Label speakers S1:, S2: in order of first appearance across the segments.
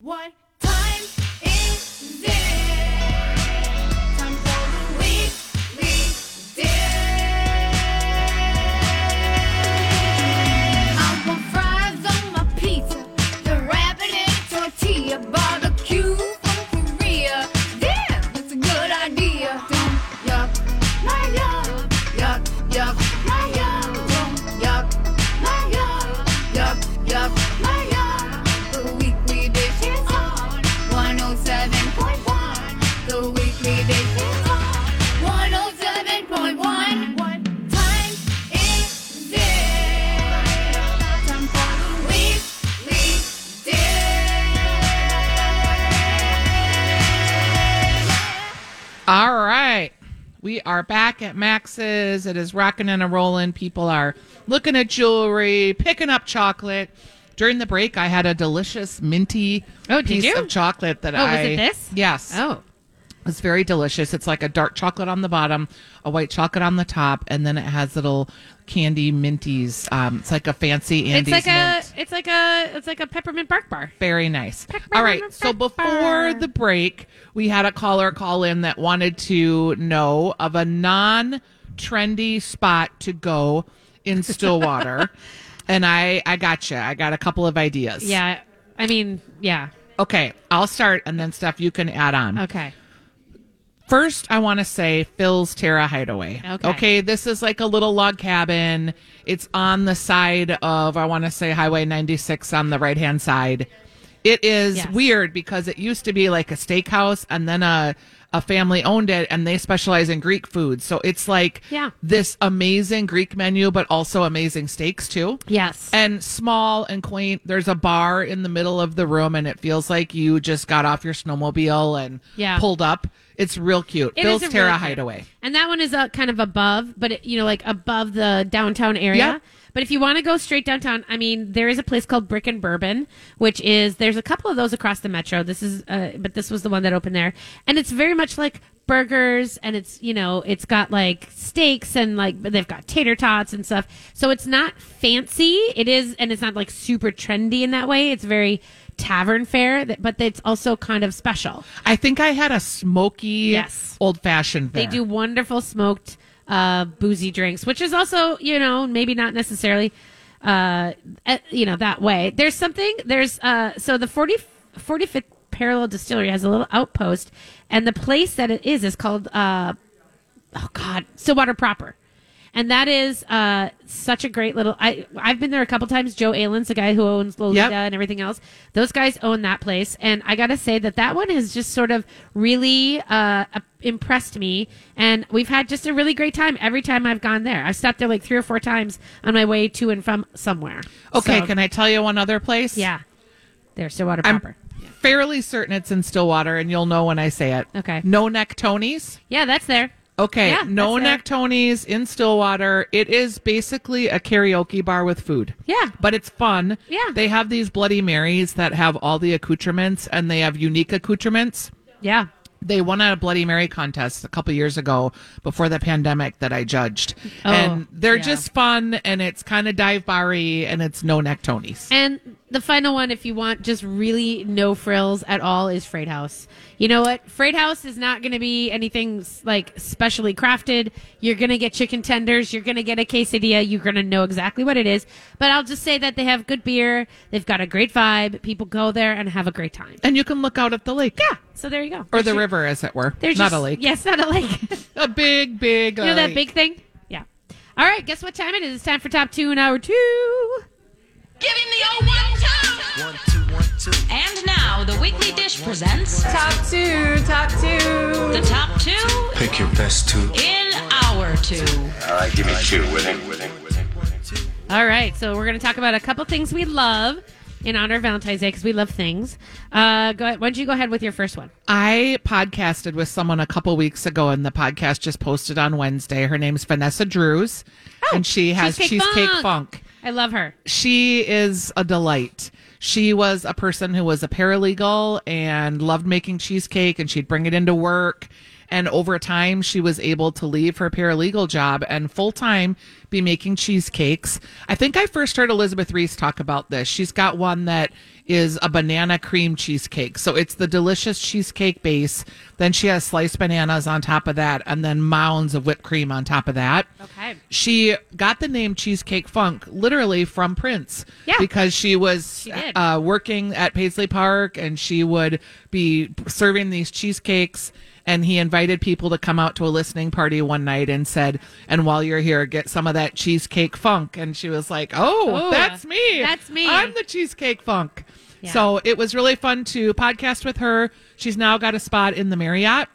S1: What time is it? Time for the weekly dip. I want fries on my pizza, the rabbit and tortilla, barbecue from Korea. Damn, that's a good idea. Dum yuck, my yuck, yuck, yuck, my yuck. Dum yuck, my yuck, yuck, yuck, my yuck. The weekly dish is on 107.1. The weekly dish is on 107.1. What time is it? Time for the weekly dish.
S2: All right. We are back at Max's. It is rocking and a rolling. People are looking at jewelry, picking up chocolate. During the break, I had a delicious minty
S3: Oh, did
S2: piece
S3: you?
S2: of chocolate that
S3: Oh, was
S2: I.
S3: it this?
S2: Yes.
S3: Oh,
S2: It's very delicious. It's like a dark chocolate on the bottom, a white chocolate on the top, and then it has little candy minties. Um, it's like a fancy
S3: it's
S2: Andes
S3: like
S2: mint.
S3: a, it's like a, it's like a peppermint bark bar.
S2: Very nice. All right. So before the break, we had a caller call in that wanted to know of a non trendy spot to go in Stillwater. and I, I gotcha. I got a couple of ideas.
S3: Yeah, I mean, yeah.
S2: Okay. I'll start and then, Steph, you can add on.
S3: Okay.
S2: First, I want to say Phil's Terra Hideaway.
S3: Okay.
S2: this is like a little log cabin. It's on the side of, I want to say, Highway 96 on the right hand side. It is
S3: Yes.
S2: weird because it used to be like a steakhouse and then a, a family owned it and they specialize in Greek food. So it's like
S3: Yeah.
S2: this amazing Greek menu, but also amazing steaks too
S3: Yes.
S2: and small and quaint. There's a bar in the middle of the room, and it feels like you just got off your snowmobile and
S3: Yeah.
S2: pulled up. It's real cute.
S3: It is
S2: Bill's
S3: a really
S2: Terra
S3: cute-
S2: Hideaway.
S3: And that one is uh, kind of above, but it, you know, like above the downtown area.
S2: Yep.
S3: But if you want to go straight downtown, I mean, there is a place called Brick and Bourbon, which is there's a couple of those across the metro. This is, uh, but this was the one that opened there, and it's very much like burgers, and it's you know, it's got like steaks and like but they've got tater tots and stuff. So it's not fancy. It is, and it's not like super trendy in that way. It's very tavern fare, that- but it's also kind of special.
S2: I think I had a smoky,
S3: Yes.
S2: old fashioned.
S3: They do wonderful smoked uh, boozy drinks, which is also, you know, maybe not necessarily, uh, eh, you know, that way. There's something, there's, uh, so the 40, 45th Parallel Distillery has a little outpost, and the place that it is is called, uh, oh God, Stillwater Proper. And that is uh, such a great little. I I've been there a couple times. Joe Alens, the guy who owns Lolita
S2: Yep.
S3: and everything else, those guys own that place. And I gotta say that that one has just sort of really uh, uh, impressed me. And we've had just a really great time every time I've gone there. I've stopped there like three or four times on my way to and from somewhere.
S2: Okay,
S3: So,
S2: can I tell you one other place?
S3: yeah, there's Stillwater
S2: I'm
S3: proper.
S2: fairly certain it's in Stillwater, and you'll know when I say it.
S3: Okay.
S2: No Neck Tony's.
S3: Yeah, that's there.
S2: Okay,
S3: Yeah,
S2: No
S3: that's there.
S2: Neck Tony's in Stillwater. It is basically a karaoke bar with food.
S3: Yeah.
S2: But it's fun.
S3: Yeah.
S2: They have these Bloody Marys that have all the accoutrements and they have unique accoutrements.
S3: Yeah.
S2: They won a Bloody Mary contest a couple years ago before the pandemic that I judged.
S3: Oh,
S2: and they're
S3: yeah.
S2: just fun and it's kind of dive bar and it's No Neck Tony's.
S3: And the final one, if you want just really no frills at all, is Freight House. You know what? Freight House is not going to be anything s- like specially crafted. You're going to get chicken tenders. You're going to get a quesadilla. You're going to know exactly what it is. But I'll just say that they have good beer. They've got a great vibe. People go there and have a great time.
S2: And you can look out at the lake. Yeah.
S3: So there you go.
S2: Or the
S3: There's your-
S2: river, as it were.
S3: There's
S2: Not
S3: your-
S2: a lake.
S3: Yes, not a lake.
S2: A big, big.
S3: you know that
S2: lake.
S3: big thing? Yeah. All right. Guess what time it is? It's time for top two in hour two.
S4: Give him the old one two.
S5: One, two, one, two.
S4: And now the weekly dish presents
S1: Top two, top two.
S4: the top two
S5: Pick your best two.
S4: in hour two.
S6: All right, give me two with him, with him, with him.
S3: All right, so we're going to talk about a couple things we love in honor of Valentine's Day because we love things. Uh, go ahead, why don't you go ahead with your first one?
S2: I podcasted with someone a couple weeks ago, and the podcast just posted on Wednesday. Her name's Vanessa Drews, and she has
S3: Cheesecake
S2: Cheesecake,
S3: Funk.
S2: Funk.
S3: I love her.
S2: She is a delight. She was a person who was a paralegal and loved making cheesecake, and she'd bring it into work. And over time, she was able to leave her paralegal job and full time be making cheesecakes. I think I first heard Elizabeth Reese talk about this. She's got one that is a banana cream cheesecake. So it's the delicious cheesecake base. Then she has sliced bananas on top of that and then mounds of whipped cream on top of that.
S3: Okay.
S2: She got the name Cheesecake Funk literally from Prince.
S3: Yeah.
S2: Because she was
S3: did.
S2: uh, working at Paisley Park and she would be serving these cheesecakes. And he invited people to come out to a listening party one night and said, And while you're here, get some of that cheesecake funk. And she was like, Oh,
S3: Ooh,
S2: that's me.
S3: that's me.
S2: I'm the cheesecake funk. So it was really fun to podcast with her. She's now got a spot in the Marriott.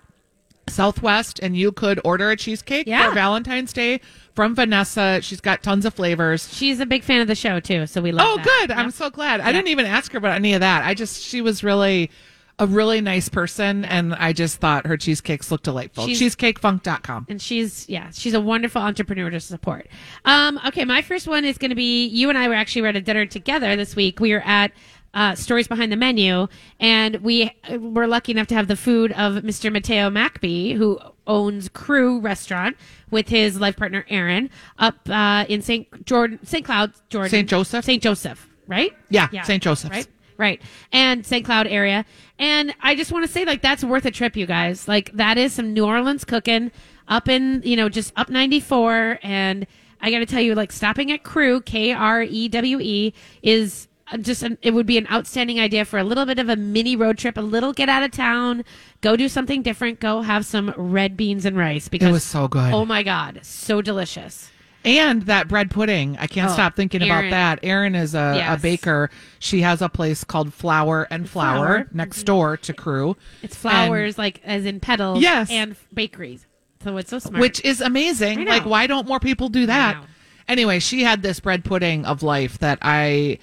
S2: Southwest, and you could order a cheesecake
S3: Yeah.
S2: for Valentine's Day from Vanessa. She's got tons of flavors.
S3: She's a big fan of the show too, so we love.
S2: Oh,
S3: that.
S2: good.
S3: Yep.
S2: I'm so glad. I didn't even ask her about any of that. I just, she was really a really nice person, and I just thought her cheesecakes looked delightful.
S3: She's-
S2: Cheesecakefunk.com.
S3: and she's yeah she's a wonderful entrepreneur to support um, okay my first one is going to be you and i were actually were at a dinner together this week we were at uh, stories behind the menu and we uh, were lucky enough to have the food of mr mateo macby who owns crew restaurant with his life partner aaron up uh, in st jordan st cloud jordan
S2: St. Joseph?
S3: st joseph right
S2: Yeah, St. Joseph's.
S3: right Right. And St. Cloud area. And I just want to say, like, that's worth a trip, you guys. Like, that is some New Orleans cooking up in, you know, just up 94. And I got to tell you, like, stopping at Crew, K R E W E, is uh, just, an, it would be an outstanding idea for a little bit of a mini road trip, a little get out of town, go do something different, go have some red beans and rice because
S2: was so good.
S3: Oh my God. So delicious.
S2: And that bread pudding. I can't
S3: Oh,
S2: stop thinking about
S3: Erin.
S2: that. Erin is a,
S3: Yes.
S2: a baker. She has a place called Flour and Flour,
S3: Flour.
S2: next door to Crew.
S3: Mm-hmm. It's flowers, like, as in petals
S2: Yes.
S3: and bakeries. So it's so smart.
S2: which is amazing.
S3: I know.
S2: Like, why don't more people do
S3: know.
S2: that? Anyway, she had this bread pudding of life that I,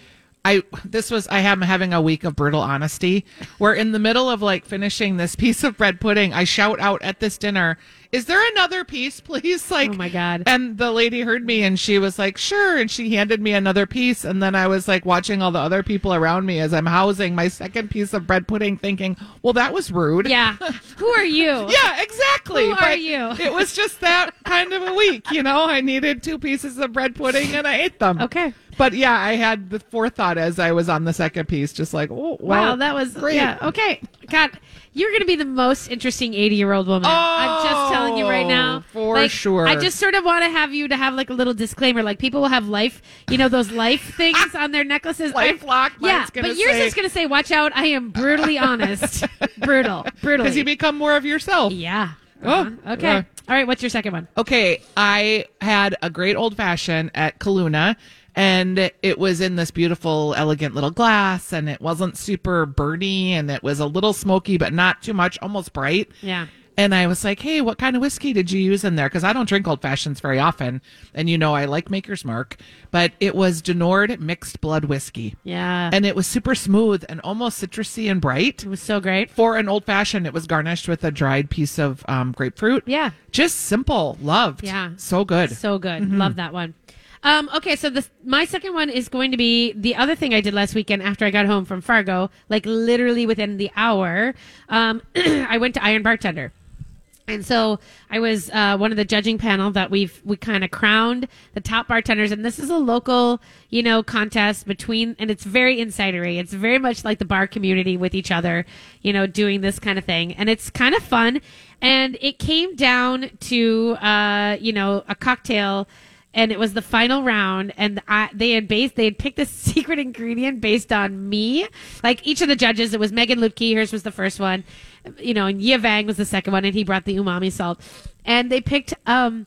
S2: I this was I am having a week of brutal honesty. Where in the middle of like finishing this piece of bread pudding, I shout out at this dinner, "Is there another piece, please?" Like,
S3: Oh, my God.
S2: And the lady heard me and she was like, "Sure," and she handed me another piece. And then I was like watching all the other people around me as I'm housing my second piece of bread pudding, thinking, "Well, that was rude."
S3: Yeah. Who are you?
S2: Yeah, exactly.
S3: Who are
S2: But
S3: you?
S2: It was just that kind of a week, you know. I needed two pieces of bread pudding and I ate them.
S3: Okay.
S2: But yeah, I had the forethought as I was on the second piece, just like, oh,
S3: Wow,
S2: well,
S3: that was
S2: great.
S3: yeah. Okay, God, you're gonna be the most interesting 80 year old woman. I'm just telling you right now,
S2: Oh, for
S3: Like,
S2: sure.
S3: I just sort of want to have you to have like a little disclaimer. Like people will have life, you know, those life things on their necklaces.
S2: Life
S3: I'm-
S2: lock, mine's
S3: Yeah,
S2: gonna
S3: but yours
S2: say-
S3: is gonna say, "Watch out! I am brutally honest, brutal, brutally."
S2: Because you become more of yourself.
S3: yeah. Uh-huh. Okay.
S2: yeah.
S3: All right. What's your second one?
S2: Okay, I had a great old fashioned at Kaluna, and it was in this beautiful, elegant little glass, and it wasn't super birdy, and it was a little smoky, but not too much, almost bright.
S3: Yeah.
S2: And I was like, hey, what kind of whiskey did you use in there? Because I don't drink old fashions very often. And you know, I like Maker's Mark, but it was Denord mixed blood whiskey.
S3: Yeah.
S2: And it was super smooth and almost citrusy and bright
S3: it was so great.
S2: for an old fashioned, it was garnished with a dried piece of um, grapefruit.
S3: Yeah.
S2: Just simple. Loved.
S3: Yeah.
S2: So good.
S3: So good. Love that one. Um, okay, so this, my second one is going to be the other thing I did last weekend after I got home from Fargo, like literally within the hour. Um, I went to Iron Bartender. And so I was uh, one of the judging panel that we've we kind of crowned the top bartenders, and this is a local you know contest between, and it's very insidery. It's very much like the bar community with each other, you know, doing this kind of thing, and it's kind of fun. And it came down to uh, you know a cocktail and it was the final round and I, they had based they had picked a secret ingredient based on me like each of the judges it was megan lutke hers was the first one you know and Ye vang was the second one and he brought the umami salt and they picked um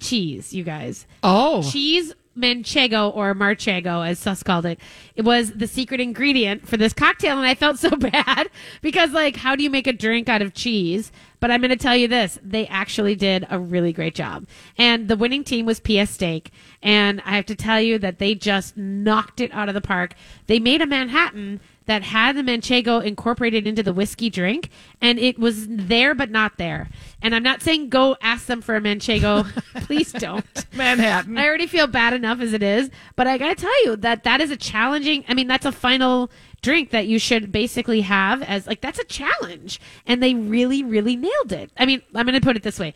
S3: cheese you guys
S2: Oh.
S3: cheese manchego or marchego as sus called it it was the secret ingredient for this cocktail and i felt so bad because like how do you make a drink out of cheese but i'm going to tell you this they actually did a really great job and the winning team was ps steak and i have to tell you that they just knocked it out of the park they made a manhattan that had the manchego incorporated into the whiskey drink and it was there but not there and i'm not saying go ask them for a manchego please don't
S2: Manhattan.
S3: I already feel bad enough as it is, but I gotta tell you that that is a challenging. I mean, that's a final drink that you should basically have as like that's a challenge. And they really, really nailed it. I mean, I'm gonna put it this way.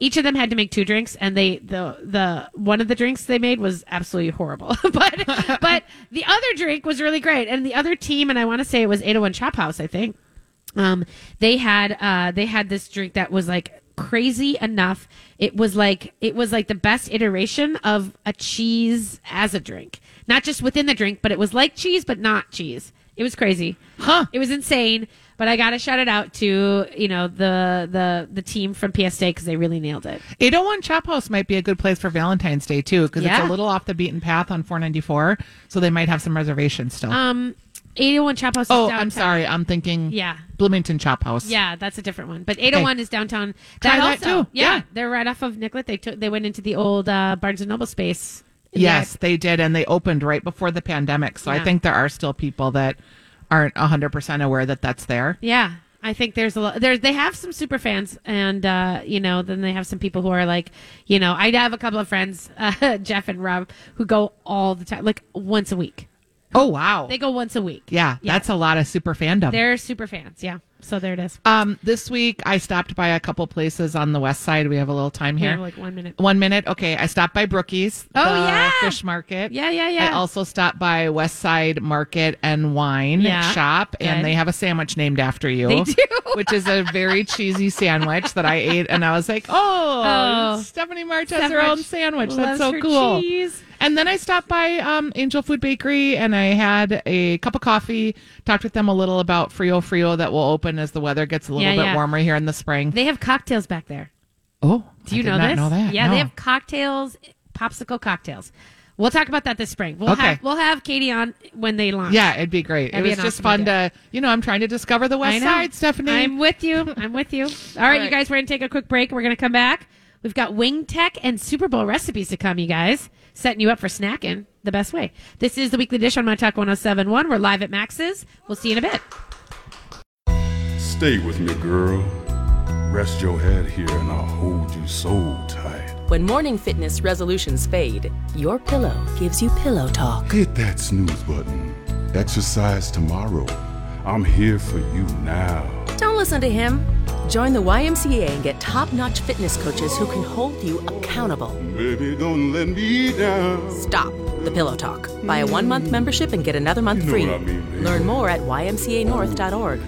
S3: Each of them had to make two drinks, and they the the one of the drinks they made was absolutely horrible. but but the other drink was really great, and the other team, and I want to say it was 801 Chop House, I think um, they had uh, they had this drink that was like crazy enough. It was like it was like the best iteration of a cheese as a drink, not just within the drink, but it was like cheese but not cheese. It was crazy,
S2: Huh.
S3: It was insane. But I gotta shout it out to you know the the the team from PSA because they really nailed it.
S2: 801 Chop House might be a good place for Valentine's Day too, because
S3: Yeah.
S2: it's a little off the beaten path on 494, so they might have some reservations still.
S3: Um, eighty one Chop House. is
S2: oh,
S3: downtown.
S2: I'm sorry, I'm thinking
S3: Yeah.
S2: Bloomington Chop House.
S3: Yeah, that's a different one. But 801 is downtown.
S2: Try that
S3: also-
S2: too.
S3: Yeah,
S2: Yeah.
S3: they're right off of Nicollet. They took they went into the old uh, Barnes and Noble space. in
S2: Yes,
S3: there.
S2: they did, and they opened right before the pandemic. So
S3: Yeah.
S2: I think there are still people that aren't 100% aware that that's there.
S3: Yeah. I think there's a lot. There's they have some super fans, and uh, you know, then they have some people who are like, you know, I have a couple of friends, uh, Jeff and Rob, who go all the time, like once a week.
S2: Oh, wow.
S3: They go once a week.
S2: yeah, that's a lot of super fandom.
S3: They're super fans. Yeah. So there it is.
S2: Um, this week I stopped by a couple places on the west side. We have a little time
S3: We
S2: here.
S3: have, Oh, like, one minute.
S2: One minute. Okay. I stopped by Brookies.
S3: Oh,
S2: the
S3: yeah.
S2: Fish market.
S3: Yeah, yeah, yeah.
S2: I also stopped by West Side Market and Wine
S3: Yeah.
S2: Shop,
S3: Good.
S2: and they have a sandwich named after you.
S3: They do.
S2: which is a very cheesy sandwich that I ate, and I was like, "Oh,
S3: Oh.
S2: Stephanie March has her
S3: Sandwich.
S2: own sandwich.
S3: Loves
S2: That's so
S3: her
S2: cool."
S3: cheese.
S2: And then I stopped by um, Angel Food Bakery and I had a cup of coffee, talked with them a little about Frio Frio that will open as the weather gets a little
S3: Yeah,
S2: bit
S3: yeah.
S2: warmer here in the spring.
S3: They have cocktails back there.
S2: oh,
S3: Do
S2: I
S3: you
S2: did
S3: know
S2: not
S3: this?
S2: Know that?
S3: Yeah, they
S2: No.
S3: have cocktails, popsicle cocktails. We'll talk about that this spring. We'll
S2: Okay.
S3: have we'll have Katie on when they launch.
S2: Yeah, it'd be great.
S3: That'd be
S2: it was
S3: an
S2: just
S3: awesome
S2: fun
S3: idea.
S2: to, you know, I'm trying to discover the
S3: I
S2: West
S3: know.
S2: Side, Stephanie.
S3: I'm with you. I'm with you. All right,
S2: right.
S3: you guys, we're gonna take a quick break. We're gonna come back. We've got Wing Tech and Super Bowl recipes to come, you guys. Setting you up for snacking the best way. This is the weekly dish on My Talk 1071. We're live at Max's. We'll see you in a bit.
S5: Stay with me, girl. Rest your head here and I'll hold you so tight.
S7: When morning fitness resolutions fade, your pillow gives you pillow talk.
S5: Hit that snooze button. Exercise tomorrow. I'm here for you now.
S7: Don't listen to him. Join the YMCA and get top notch fitness coaches who can hold you accountable.
S5: Baby, don't let me down.
S7: Stop the pillow talk. Buy a one month membership and get another month
S5: You know
S7: free.
S5: what I mean, baby.
S7: Learn more at ymcanorth.org.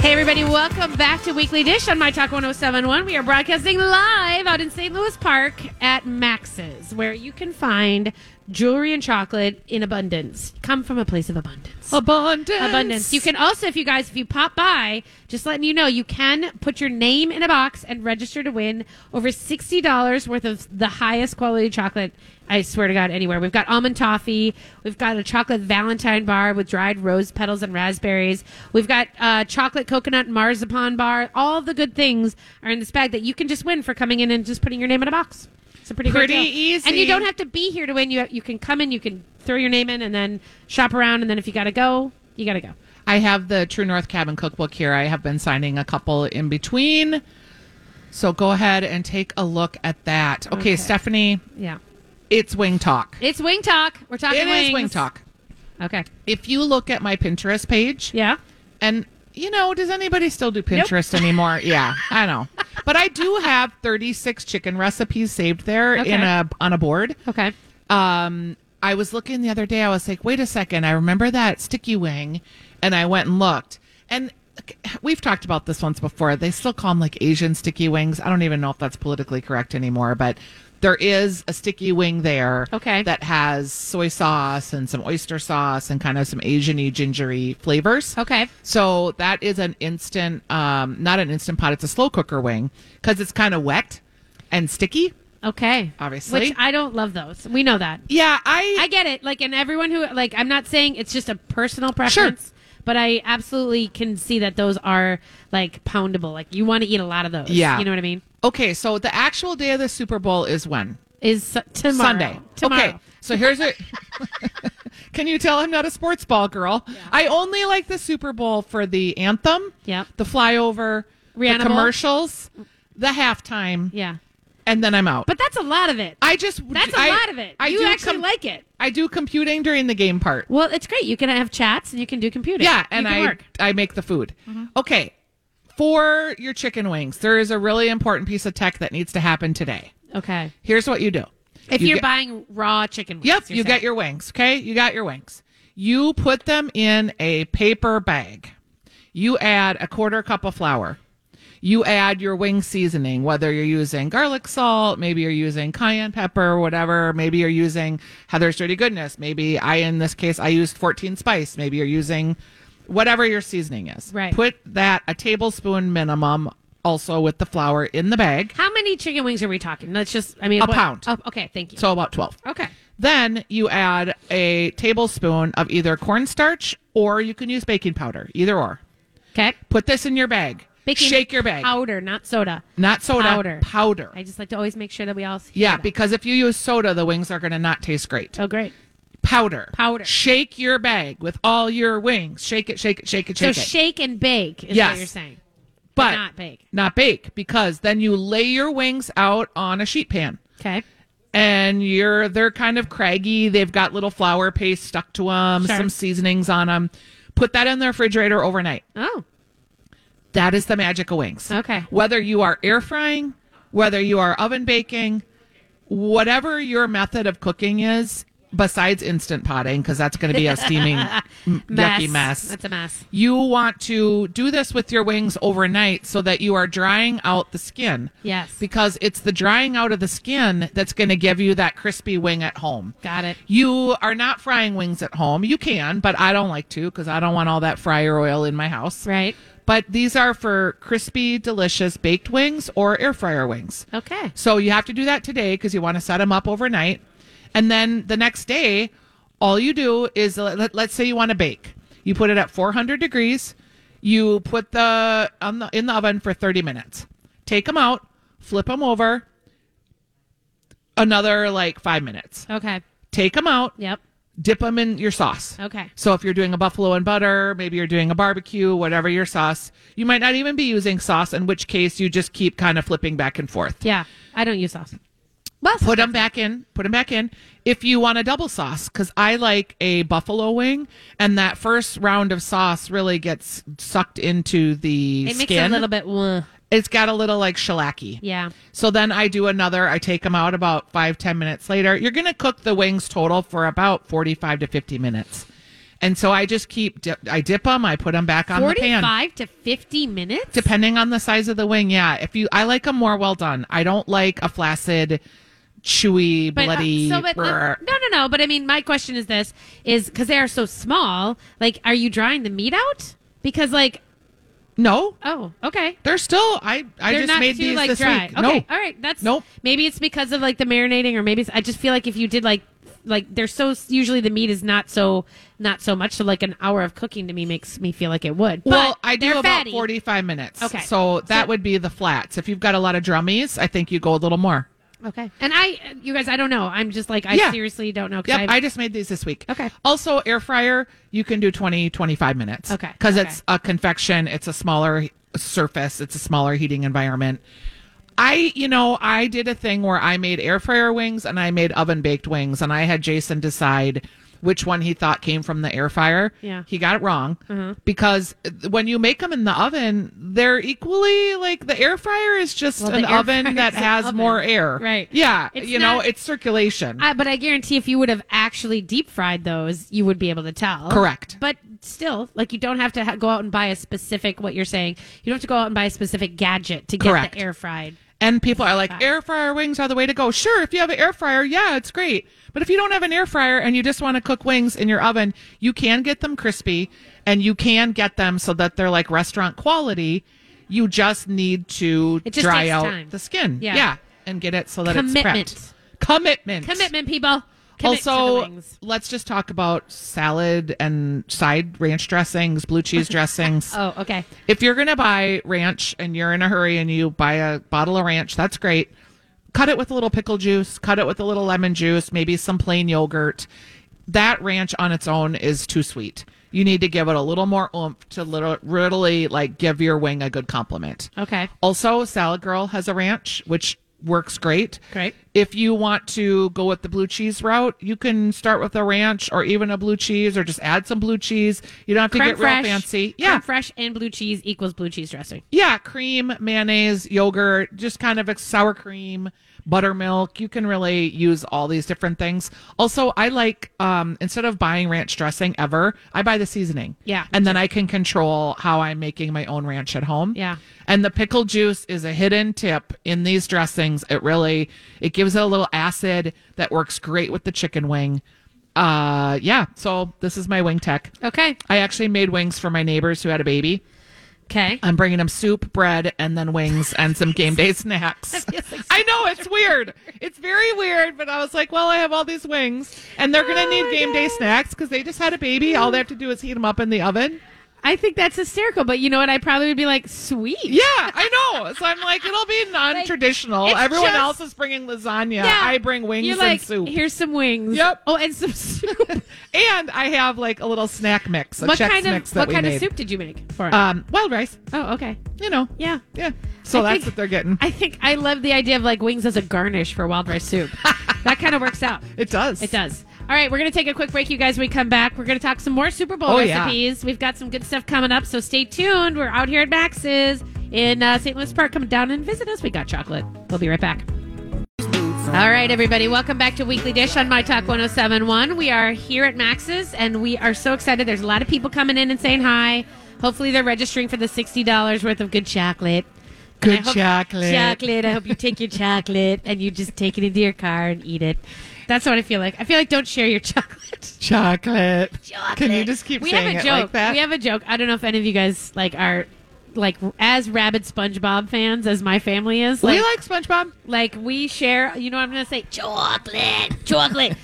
S3: Hey, everybody, welcome back to Weekly Dish on My Talk 1071. We are broadcasting live out in St. Louis Park at Max's, where you can find jewelry and chocolate in abundance. Come from a place of abundance.
S2: Abundance.
S3: abundance. You can also, if you guys, if you pop by, just letting you know, you can put your name in a box and register to win over sixty dollars worth of the highest quality chocolate. I swear to God, anywhere we've got almond toffee, we've got a chocolate Valentine bar with dried rose petals and raspberries, we've got uh, chocolate coconut marzipan bar. All the good things are in this bag that you can just win for coming in and just putting your name in a box. It's a pretty great
S2: Pretty
S3: deal.
S2: easy.
S3: and you don't have to be here to win. You you can come in, you can throw your name in, and then shop around, and then if you gotta go, you gotta go.
S2: I have the True North Cabin Cookbook here. I have been signing a couple in between. So go ahead and take a look at that. Okay, Stephanie,
S3: Yeah.
S2: it's Wing Talk.
S3: It's Wing Talk. We're talking
S2: It
S3: wings.
S2: is Wing Talk.
S3: Okay.
S2: If you look at my Pinterest page,
S3: Yeah.
S2: and you know, does anybody still do Pinterest anymore? Yeah, I know. But I do have 36 chicken recipes saved there
S3: Okay.
S2: in a on a board.
S3: Okay.
S2: um, I was looking the other day. I was like, wait a second. I remember that sticky wing. And I went and looked. And we've talked about this once before. They still call them like Asian sticky wings. I don't even know if that's politically correct anymore, but there is a sticky wing there
S3: Okay.
S2: that has soy sauce and some oyster sauce and kind of some Asian-y gingery flavors.
S3: Okay.
S2: So that is an instant, um, not an instant pot. It's a slow cooker wing because it's kind of wet and sticky.
S3: Okay.
S2: Obviously.
S3: Which I don't love those. We know that.
S2: Yeah,
S3: I get it. Like, and everyone who, like, I'm not saying it's just a personal preference. But I absolutely can see that those are like poundable. Like you want to eat a lot of those.
S2: Yeah.
S3: You know what I mean?
S2: Okay, so the actual day of the Super Bowl is when?
S3: Is s- tomorrow.
S2: Sunday.
S3: Tomorrow.
S2: Okay. So here's a Can you tell I'm not a sports ball girl? I only like the Super Bowl for the anthem,
S3: Yep.
S2: the flyover,
S3: Rihanna
S2: the
S3: Bowl?
S2: commercials, the halftime,
S3: Yeah.
S2: and then I'm out.
S3: But that's a lot of it.
S2: I just
S3: that's a
S2: I-
S3: lot of it.
S2: I
S3: you
S2: do
S3: actually
S2: com-
S3: like it.
S2: I do computing during the game part.
S3: Well, it's great. You can have chats and you can do computing.
S2: Yeah,
S3: You
S2: and
S3: can
S2: I
S3: work. Mm-hmm.
S2: I make the food. Okay. For your chicken wings, there is a really important piece of tech that needs to happen today.
S3: okay.
S2: Here's what you do.
S3: If
S2: You
S3: you are
S2: get-
S3: buying raw chicken, wings,
S2: Yep,
S3: you're
S2: you
S3: saying.
S2: got your wings, okay? You got your wings. You put them in a paper bag. You add a quarter cup of flour. You add your wing seasoning, whether you're using garlic salt, maybe you're using cayenne pepper, whatever. Maybe you're using Heather's Dirty Goodness. Maybe I, in this case, I used 14 spice. Maybe you're using whatever your seasoning is.
S3: Right.
S2: Put that a tablespoon minimum also with the flour in the bag.
S3: How many chicken wings are we talking? That's just. I mean,
S2: A
S3: what-
S2: pound.
S3: Oh, okay, thank you.
S2: So about 12.
S3: okay.
S2: Then you add a tablespoon of either cornstarch or you can use baking powder, either or.
S3: Okay.
S2: Put this in your bag.
S3: Baking
S2: Shake your bag.
S3: Powder, not soda.
S2: Not soda,
S3: powder.
S2: powder.
S3: I just like to always make sure that we all.
S2: yeah,
S3: that.
S2: because if you use soda, the wings are going to not taste great.
S3: Oh, great.
S2: Powder.
S3: Powder.
S2: Shake your bag with all your wings. Shake it, shake it, shake it,
S3: So
S2: shake it.
S3: shake and bake is
S2: Yes.
S3: what you're saying.
S2: but
S3: not bake.
S2: Not bake because then you lay your wings out on a sheet pan.
S3: Okay.
S2: and you're they're kind of craggy. They've got little flour paste stuck to them,
S3: Sure.
S2: some seasonings on them. Put that in the refrigerator overnight.
S3: Oh,
S2: That is the magic of wings.
S3: Okay.
S2: Whether you are air frying, whether you are oven baking, whatever your method of cooking is, besides instant potting, because that's going to be a steaming m-
S3: mess.
S2: yucky mess.
S3: That's a mess.
S2: You want to do this with your wings overnight so that you are drying out the skin.
S3: Yes.
S2: Because it's the drying out of the skin that's going to give you that crispy wing at home.
S3: Got it.
S2: You are not frying wings at home. You can, but I don't like to because I don't want all that fryer oil in my house.
S3: Right.
S2: But these are for crispy, delicious baked wings or air fryer wings.
S3: Okay.
S2: So you have to do that today because you want to set them up overnight. And then the next day, all you do is let, let's say you want to bake. You put it at 400 degrees. You put the, on the in the oven for 30 minutes. Take them out, flip them over. Another like five minutes.
S3: Okay.
S2: Take them out
S3: Yep.
S2: dip them in your sauce.
S3: Okay.
S2: So if you're doing a buffalo and butter, maybe you're doing a barbecue, whatever your sauce, you might not even be using sauce, in which case you just keep kind of flipping back and forth.
S3: Yeah. I don't use sauce.
S2: Put them back in, put them back in. If you want a double sauce, because I like a buffalo wing, and that first round of sauce really gets sucked into the
S3: It makes
S2: skin.
S3: it a little bit. uh, Wah.
S2: it's got a little like shellacky.
S3: Yeah.
S2: So then I do another. I take them out about five, 10 minutes later. You're going to cook the wings total for about 45 to 50 minutes. And so I just keep, dip, I dip them, I put them back on the pan.
S3: Forty-five to fifty minutes.
S2: Depending on the size of the wing. Yeah. If you, I like them more well done. I don't like a flaccid, chewy,
S3: But, uh,
S2: bloody.
S3: so, but,
S2: brr.
S3: uh, no, no, no. But I mean, my question is this: is because they are so small. Like, are you drying the meat out? Because, like,
S2: no,
S3: oh, okay.
S2: they're still, I, I
S3: They're
S2: just
S3: not
S2: made
S3: too
S2: these
S3: like
S2: this
S3: dry.
S2: week.
S3: Okay,
S2: No.
S3: all right. That's
S2: Nope.
S3: Maybe it's because of like the marinating, or maybe it's, I just feel like if you did like like there's so usually the meat is not so not so much. So like an hour of cooking to me makes me feel like it would.
S2: Well,
S3: But
S2: I do
S3: they're
S2: about
S3: fatty.
S2: 45 minutes.
S3: Okay.
S2: So that
S3: So-
S2: would be the flats. If you've got a lot of drummies, I think you go a little more.
S3: Okay, and I, uh, you guys, I don't know. I'm just like I
S2: Yeah.
S3: seriously don't know. 'cause
S2: Yep,
S3: I've-
S2: I just made these this week.
S3: Okay.
S2: Also, air fryer, you can do 20, 25 minutes.
S3: Okay,
S2: Because
S3: okay.
S2: it's a confection, it's a smaller surface, it's a smaller heating environment. I, you know, I did a thing where I made air fryer wings and I made oven baked wings, and I had Jason decide which one he thought came from the air fryer.
S3: Yeah. Mm-hmm.
S2: He got it wrong because when you make them in the oven, they're equally like the air fryer is just
S3: Well, the
S2: an
S3: air
S2: oven
S3: fryer
S2: that
S3: is an
S2: has
S3: oven.
S2: more air.
S3: Right.
S2: Yeah.
S3: It's
S2: you know,
S3: not-
S2: it's circulation.
S3: I, but I guarantee if you would have actually deep fried those, you would be able to tell.
S2: Correct.
S3: But still, like you don't have to ha- go out and buy a specific what you're saying. You don't have to go out and buy a specific gadget to get
S2: Correct.
S3: the air fried.
S2: And people are like, air fryer wings are the way to go. Sure, if you have an air fryer, yeah, it's great. But if you don't have an air fryer and you just want to cook wings in your oven, you can get them crispy and you can get them so that they're like restaurant quality. You just need to
S3: It just
S2: dry
S3: takes
S2: out
S3: time.
S2: the skin.
S3: Yeah.
S2: And get it so that
S3: Commitment.
S2: it's prepped. Commitment.
S3: Commitment, people. Commit to the
S2: also,
S3: wings.
S2: let's just talk about salad and side ranch dressings, blue cheese dressings.
S3: oh, okay.
S2: If you're going to buy ranch and you're in a hurry and you buy a bottle of ranch, that's great. Cut it with a little pickle juice, cut it with a little lemon juice, maybe some plain yogurt. That ranch on its own is too sweet. You need to give it a little more oomph to little, really like give your wing a good compliment.
S3: Okay.
S2: Also, Salad Girl has a ranch, which works great.
S3: Great.
S2: If you want to go with the blue cheese route, you can start with a ranch or even a blue cheese or just add some blue cheese. You don't have to
S3: Creme
S2: get
S3: fraiche,
S2: real fancy.
S3: creme
S2: Yeah.
S3: fresh and blue cheese equals blue cheese dressing.
S2: Yeah, cream, mayonnaise, yogurt, just kind of a sour cream, buttermilk. You can really use all these different things. Also, I like um instead of buying ranch dressing ever, I buy the seasoning.
S3: Yeah.
S2: And then I can control how I'm making my own ranch at home.
S3: Yeah.
S2: And the pickle juice is a hidden tip in these dressings. It really it gives it a little acid that works great with the chicken wing. Uh yeah, so this is my wing tech.
S3: Okay.
S2: I actually made wings for my neighbors who had a baby.
S3: Okay.
S2: I'm bringing them soup, bread, and then wings and some game day snacks.
S3: feels like
S2: I know it's weird. It's very weird, but I was like, well, I have all these wings, and they're
S3: Oh
S2: gonna need game day snacks because they just had a baby. All they have to do is heat them up in the oven.
S3: I think that's hysterical, but you know what? I probably would be like, sweet.
S2: Yeah, I know. So I'm like, it'll be non-traditional.
S3: it's
S2: Everyone
S3: just-
S2: else is bringing lasagna. I bring wings
S3: You're
S2: and
S3: like,
S2: soup.
S3: Here's some wings.
S2: Yep.
S3: Oh, and some soup.
S2: and I have like a little snack mix, a
S3: what
S2: Chex
S3: kind
S2: mix
S3: of
S2: that
S3: what
S2: we
S3: kind
S2: made.
S3: of soup did you make for it?
S2: Um, wild rice.
S3: oh, okay.
S2: You know.
S3: Yeah.
S2: Yeah. So
S3: I
S2: that's
S3: think-
S2: what they're getting.
S3: I think I love the idea of like wings as a garnish for wild rice soup. that kind of works out.
S2: it does.
S3: It does. All right, we're going to take a quick break, you guys. When we come back, we're going to talk some more Super Bowl
S2: Oh, yeah.
S3: recipes. We've got some good stuff coming up, so stay tuned. We're out here at Max's in uh, St. Louis Park. Come down and visit us. We got chocolate. We'll be right back. All right, everybody, welcome back to Weekly Dish on My Talk 1071. We are here at Max's and we are so excited. There's a lot of people coming in and saying hi. Hopefully, they're registering for the $60 worth of good chocolate. And I
S2: Good
S3: hope-
S2: chocolate.
S3: Chocolate. I hope you take your chocolate and you just take it into your car and eat it. That's what I feel like. I feel like don't share your chocolate.
S2: Chocolate. Can you
S3: Chocolate.
S2: just keep
S3: we
S2: saying
S3: have a
S2: it
S3: joke.
S2: like that?
S3: We have a joke. I don't know if any of you guys like are like as rabid SpongeBob fans as my family is.
S2: we like SpongeBob.
S3: Like we share, you know, what I'm gonna say chocolate, chocolate.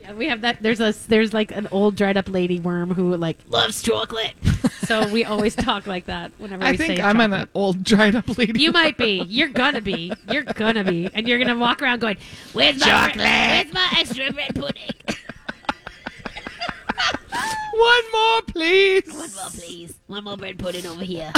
S3: Yeah, we have that. There's a there's like an old dried up lady worm who like loves chocolate. so we always talk like that whenever
S2: I
S3: we
S2: think
S3: say
S2: I'm
S3: chocolate.
S2: an old dried up lady.
S3: You might be. You're gonna be. You're gonna be. And you're gonna walk around going, "Where's my chocolate? Where's my extra red pudding?
S2: One more, please.
S4: please. One more bread pudding over here.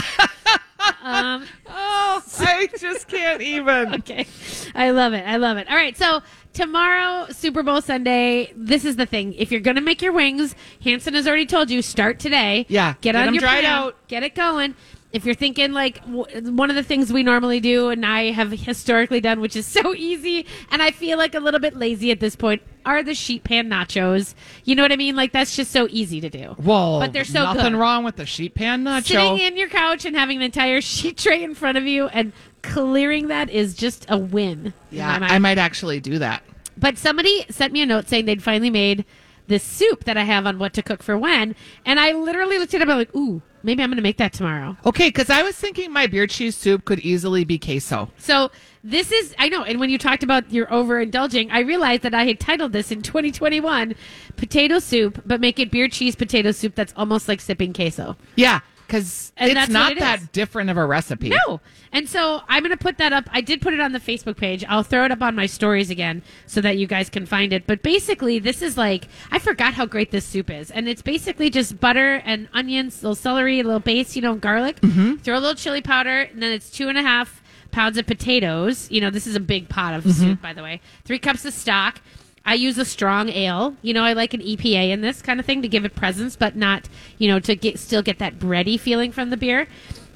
S3: Um,
S2: Oh, I just can't even.
S3: okay. I love it. I love it. All right. So tomorrow, Super Bowl Sunday. This is the thing. If you're gonna make your wings, Hanson has already told you start today.
S2: Yeah,
S3: Get,
S2: get
S3: on
S2: 'em
S3: your
S2: dried
S3: plan.
S2: out.
S3: Get it going. If you're thinking like w- one of the things we normally do, and I have historically done, which is so easy, and I feel like a little bit lazy at this point, are the sheet pan nachos. You know what I mean? Like that's just so easy to do.
S2: Whoa,
S3: but they're so
S2: nothing
S3: good
S2: wrong with the sheet pan nacho.
S3: sitting in your couch and having an entire sheet tray in front of you and clearing that is just a win. in
S2: yeah,
S3: my mind.
S2: I might actually do that.
S3: But somebody sent me a note saying they'd finally made this soup that I have on what to cook for when, and I literally looked at it. I'm like, ooh, maybe I'm going to make that tomorrow.
S2: Okay, because I was thinking my beer cheese soup could easily be queso.
S3: So this is I know, and when you talked about your overindulging, I realized that I had titled this in 2021 "Potato Soup," but make it beer cheese potato soup that's almost like sipping queso.
S2: Yeah, because
S3: And
S2: it's
S3: that's
S2: not
S3: what it
S2: that
S3: is.
S2: different of a recipe.
S3: No. And so I'm going to put that up. I did put it on the Facebook page. I'll throw it up on my stories again so that you guys can find it. But basically, this is like I forgot how great this soup is. And it's basically just butter and onions, a little celery, a little base, you know, garlic. Throw a little chili powder, and then it's two and a half pounds of potatoes. You know, this is a big pot of soup, by the way. Three cups of stock. I use a strong ale. You know, I like an EPA in this kind of thing to give it presence, but not, you know, to get still get that bready feeling from the beer.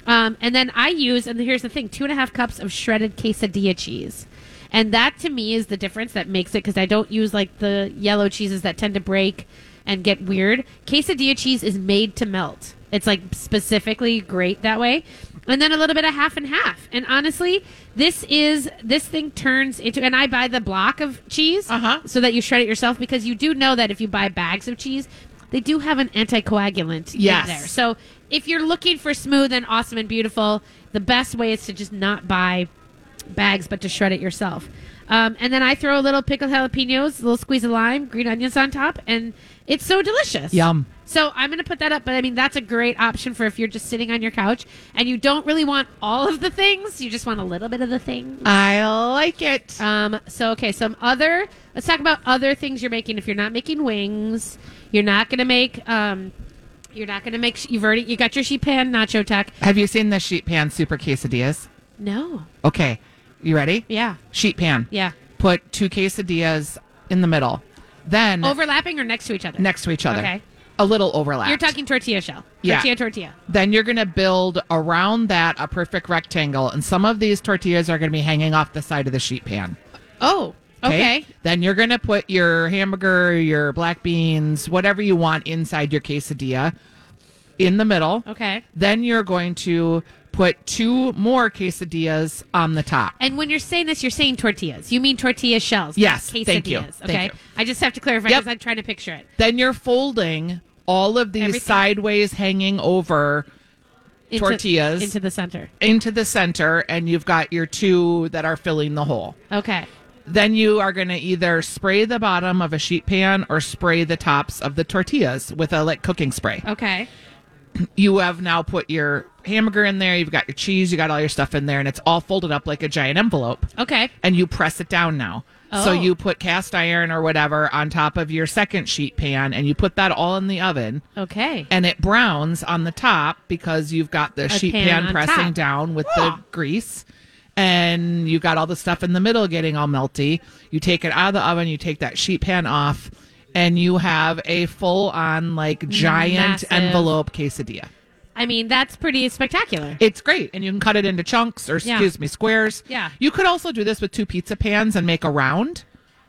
S3: Um, and then I use, and here's the thing: two and a half cups of shredded quesadilla cheese, and that to me is the difference that makes it because I don't use like the yellow cheeses that tend to break and get weird. Quesadilla cheese is made to melt. It's like specifically great that way, and then a little bit of half and half. And honestly, this is this thing turns into, and I buy the block of cheese
S2: Uh-huh.
S3: so that you shred it yourself because you do know that if you buy bags of cheese. They do have an anticoagulant
S2: Yes.
S3: in there. So if you're looking for smooth and awesome and beautiful, the best way is to just not buy bags, but to shred it yourself. Um, and then I throw a little pickled jalapenos, a little squeeze of lime, green onions on top, and it's so delicious.
S2: Yum.
S3: So I'm going to put that up, but I mean, that's a great option for if you're just sitting on your couch and you don't really want all of the things, you just want a little bit of the thing.
S2: I like it.
S3: Um, so okay, some other. Let's talk about other things you're making. If you're not making wings, you're not gonna make. Um, you're not gonna make. You've already. You got your sheet pan nacho tuck.
S2: Have you seen the sheet pan super quesadillas?
S3: No.
S2: Okay. You ready?
S3: Yeah.
S2: Sheet pan.
S3: Yeah.
S2: Put two quesadillas in the middle. Then
S3: Overlapping or next to each other?
S2: next to each other.
S3: Okay.
S2: A little overlap.
S3: You're talking tortilla shell.
S2: Yeah.
S3: Tortilla, tortilla.
S2: Then you're going to build around that a perfect rectangle. And some of these tortillas are going to be hanging off the side of the sheet pan.
S3: Oh, okay.
S2: Then you're going to put your hamburger, your black beans, whatever you want inside your quesadilla in the middle.
S3: Okay.
S2: Then you're going to put two more quesadillas on the top.
S3: And when you're saying this, you're saying tortillas. You mean tortilla shells. not
S2: Yes,
S3: Quesadillas.
S2: thank you,
S3: Okay.
S2: thank you.
S3: I just have to clarify
S2: Yep.
S3: because I'm trying to picture it.
S2: Then you're folding all of these
S3: Everything.
S2: sideways hanging over
S3: Into-
S2: Tortillas.
S3: Into the center.
S2: into the center, and you've got your two that are filling the hole.
S3: Okay.
S2: Then you are going to either spray the bottom of a sheet pan or spray the tops of the tortillas with a like cooking spray.
S3: Okay.
S2: You have now put your hamburger in there, you've got your cheese, you got all your stuff in there, and it's all folded up like a giant envelope.
S3: Okay.
S2: and you press it down now. So
S3: Oh.
S2: you put cast iron or whatever on top of your second sheet pan and you put that all in the oven
S3: Okay.
S2: and it browns on the top because you've got the sheet
S3: pan
S2: pan,
S3: on
S2: pressing
S3: top.
S2: down with the grease and you got all the stuff in the middle getting all melty. You take it out of the oven, you take that sheet pan off and you have a full on like giant
S3: Massive.
S2: envelope quesadilla.
S3: I mean, that's pretty spectacular.
S2: It's great, and you can cut it into chunks or
S3: Yeah.
S2: excuse me, squares.
S3: Yeah.
S2: You could also do this with two pizza pans and make a round.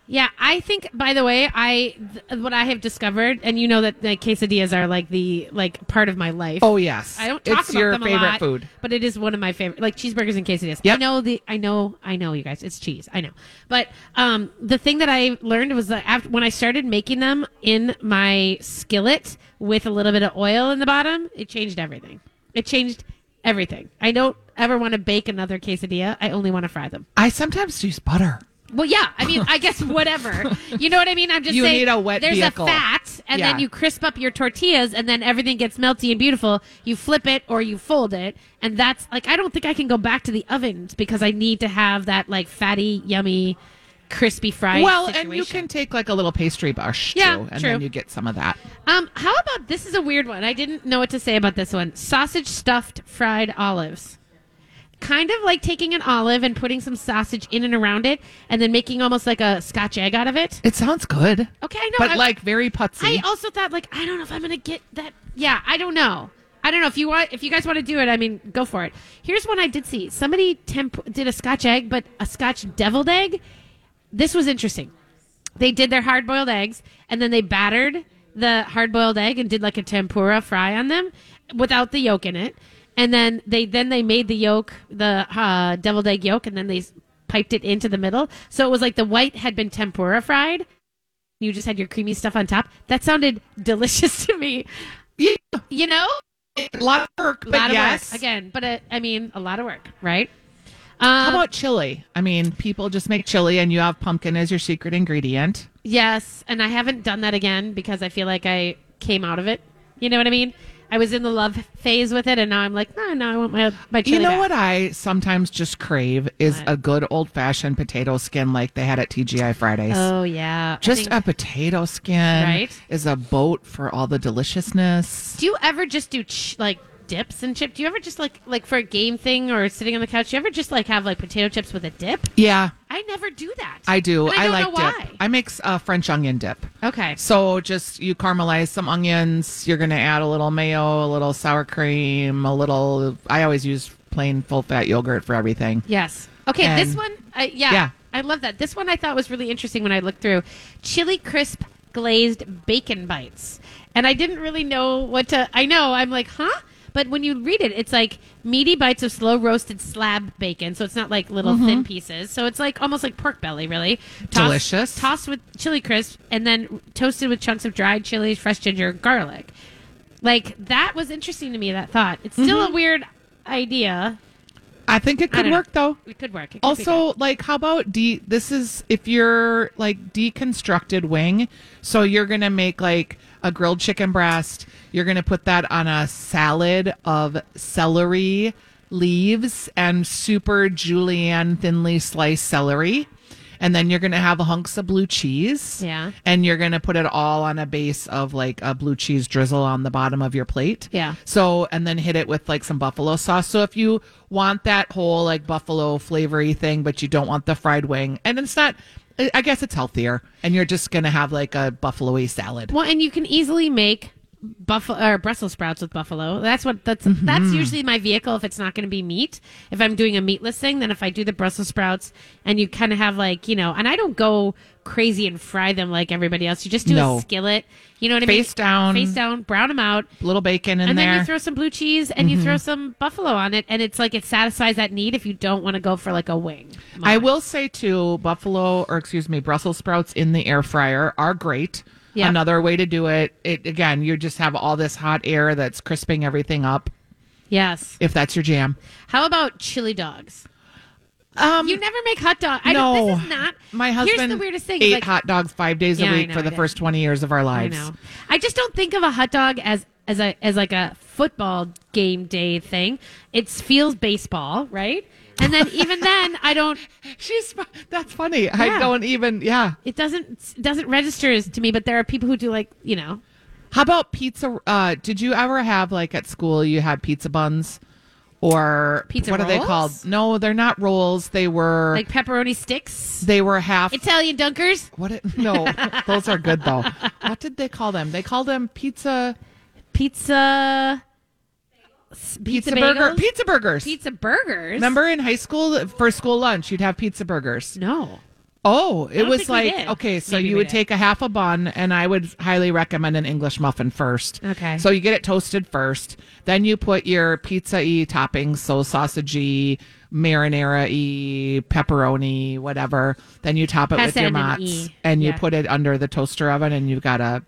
S3: Yeah, I think. By the way, I th- what I have discovered, and you know that the quesadillas are like the like part of my life.
S2: Oh yes,
S3: I don't talk
S2: it's
S3: about
S2: your
S3: them a
S2: favorite
S3: lot,
S2: food.
S3: but it is one of my favorite, like cheeseburgers and quesadillas. I
S2: Yep.
S3: know the, I know, I know, you guys, it's cheese. I know, but um, the thing that I learned was that after, when I started making them in my skillet with a little bit of oil in the bottom, it changed everything. It changed everything. I don't ever want to bake another quesadilla. I only want to fry them.
S2: I sometimes use butter.
S3: Well, yeah. I mean, I guess whatever. You know what I mean? I'm just
S2: You
S3: saying.
S2: need a wet
S3: there's
S2: vehicle.
S3: a fat, and
S2: Yeah.
S3: then you crisp up your tortillas, and then everything gets melty and beautiful. You flip it or you fold it, and that's like I don't think I can go back to the ovens because I need to have that like fatty, yummy, crispy fried.
S2: well, and you
S3: situation.
S2: can take like a little pastry brush
S3: Yeah,
S2: too, and
S3: true.
S2: then you get some of that.
S3: Um, how about this? Is a weird one. I didn't know what to say about this one. Sausage stuffed fried olives. Kind of like taking an olive and putting some sausage in and around it, and then making almost like a Scotch egg out of it.
S2: It sounds good.
S3: Okay, I know.
S2: but
S3: I-
S2: like very
S3: I
S2: putsy.
S3: also thought like I don't know if I'm gonna get that. Yeah, I don't know. I don't know if you want if you guys want to do it. I mean, go for it. Here's one I did see. Somebody temp- did a Scotch egg, but a Scotch deviled egg. This was interesting. They did their hard boiled eggs and then they battered the hard boiled egg and did like a tempura fry on them without the yolk in it. And then they then they made the yolk the uh, deviled egg yolk and then they s- piped it into the middle. So it was like the white had been tempura fried you just had your creamy stuff on top. That sounded delicious to me.
S2: Yeah.
S3: You know,
S2: a lot of work,
S3: a
S2: but
S3: lot of
S2: yes.
S3: work again, but uh, I mean, a lot of work, right? Um,
S2: How about chili? I mean, people just make chili, and you have pumpkin as your secret ingredient.
S3: yes, and I haven't done that again because I feel like I came out of it. You know what I mean? I was in the love phase with it, and now I'm like, no, no, I want my my. Chili
S2: you know
S3: back."
S2: what I sometimes just crave is
S3: What?
S2: a good old fashioned potato skin, like they had at TGI Fridays.
S3: Oh yeah, I
S2: just
S3: think-
S2: a potato skin
S3: Right?
S2: is a boat for all the deliciousness.
S3: do you ever just do ch- like dips and chip? Do you ever just like like for a game thing or sitting on the couch? Do you ever just like have like potato chips with a dip?
S2: Yeah,
S3: I never do that.
S2: I do.
S3: And
S2: I,
S3: don't
S2: like
S3: know
S2: dip.
S3: why.
S2: I make uh, French onion dip.
S3: okay.
S2: So just you caramelize some onions. You're gonna add a little mayo, a little sour cream, a little. I always use plain full fat yogurt for everything.
S3: Yes. Okay,
S2: And-
S3: this one, uh, yeah,
S2: Yeah.
S3: I love that. This one I thought was really interesting when I looked through chili crisp glazed bacon bites, and I didn't really know what to. I know I'm like, huh? But when you read it, it's like meaty bites of slow roasted slab bacon, so it's not like little
S2: Mm-hmm.
S3: thin pieces. So it's like almost like pork belly, really. Tossed-
S2: Delicious.
S3: Tossed with chili crisp and then toasted with chunks of dried chilies, fresh ginger, and garlic. Like that was interesting to me. That thought. It's still
S2: Mm-hmm.
S3: a weird idea.
S2: I think it
S3: I
S2: could
S3: don't know.
S2: work though.
S3: It could work. It could be good.
S2: Also, like, how about de? This is if you're like deconstructed wing. So you're gonna make like a grilled chicken breast. You're gonna put that on a salad of celery leaves and super julienne thinly sliced celery. and then you're gonna have hunks of blue cheese.
S3: Yeah.
S2: and you're gonna put it all on a base of like a blue cheese drizzle on the bottom of your plate.
S3: Yeah.
S2: So and then hit it with like some buffalo sauce. So if you want that whole like buffalo flavory thing, but you don't want the fried wing, and it's not. I I guess it's healthier, and you're just gonna have like a buffalo-y salad.
S3: Well, and you can easily make buffalo or Brussels sprouts with buffalo. That's what that's
S2: Mm-hmm.
S3: that's usually my vehicle if it's not going to be meat. If I'm doing a meatless thing, then if I do the Brussels sprouts and you kind of have like, you know, and I don't go crazy and fry them like everybody else. You just do
S2: No.
S3: a skillet. You know what I mean?
S2: Face down.
S3: Face down, brown them out.
S2: Little bacon in
S3: and
S2: there. Mm-hmm.
S3: then you throw some blue cheese and you throw some buffalo on it and it's like it satisfies that need if you don't want to go for like a wing.
S2: I will say too, buffalo or excuse me, Brussels sprouts in the air fryer are great.
S3: Yeah.
S2: Another way to do it, it again, you just have all this hot air that's crisping everything up.
S3: Yes.
S2: If that's your jam,
S3: How about chili dogs?
S2: um,
S3: You never make hot dog. I
S2: no,
S3: don't, this is not.
S2: my husband
S3: Here's the weirdest thing.
S2: ate
S3: like,
S2: hot dogs five days
S3: Yeah,
S2: a
S3: I
S2: week
S3: know,
S2: for
S3: I
S2: the
S3: did.
S2: first twenty years of our
S3: I
S2: lives.
S3: know. I just don't think of a hot dog as as a as like a football game day thing. It feels baseball, right? And then even then, I don't.
S2: She's fu- that's funny. I
S3: Yeah.
S2: don't even. Yeah.
S3: It doesn't it doesn't register as to me. But there are people who do like you know.
S2: How about pizza? Uh, did you ever have like at school you had pizza buns or
S3: Pizza
S2: What are they
S3: rolls?
S2: called? No, they're not rolls. They were
S3: Like pepperoni sticks,
S2: they were half
S3: Italian dunkers,
S2: What? It, no, those are good though. What did they call them? They call them pizza
S3: pizza, s-
S2: pizza,
S3: pizza,
S2: burger
S3: bagels?
S2: pizza burgers.
S3: pizza burgers.
S2: Remember in high school for school lunch, you'd have pizza burgers.
S3: No.
S2: Oh, it
S3: don't
S2: was
S3: think we
S2: like
S3: did.
S2: okay, so
S3: Maybe
S2: you
S3: we
S2: would
S3: did.
S2: take a half a bun, and I would highly recommend an English muffin first.
S3: Okay.
S2: so you get it toasted first, then you put your pizza y toppings, so sausagey, marinara y, pepperoni, whatever. Then you top it
S3: Has
S2: with
S3: to
S2: your
S3: end in
S2: mozz,
S3: E.
S2: and you
S3: Yeah.
S2: put it under the toaster oven, and you've got a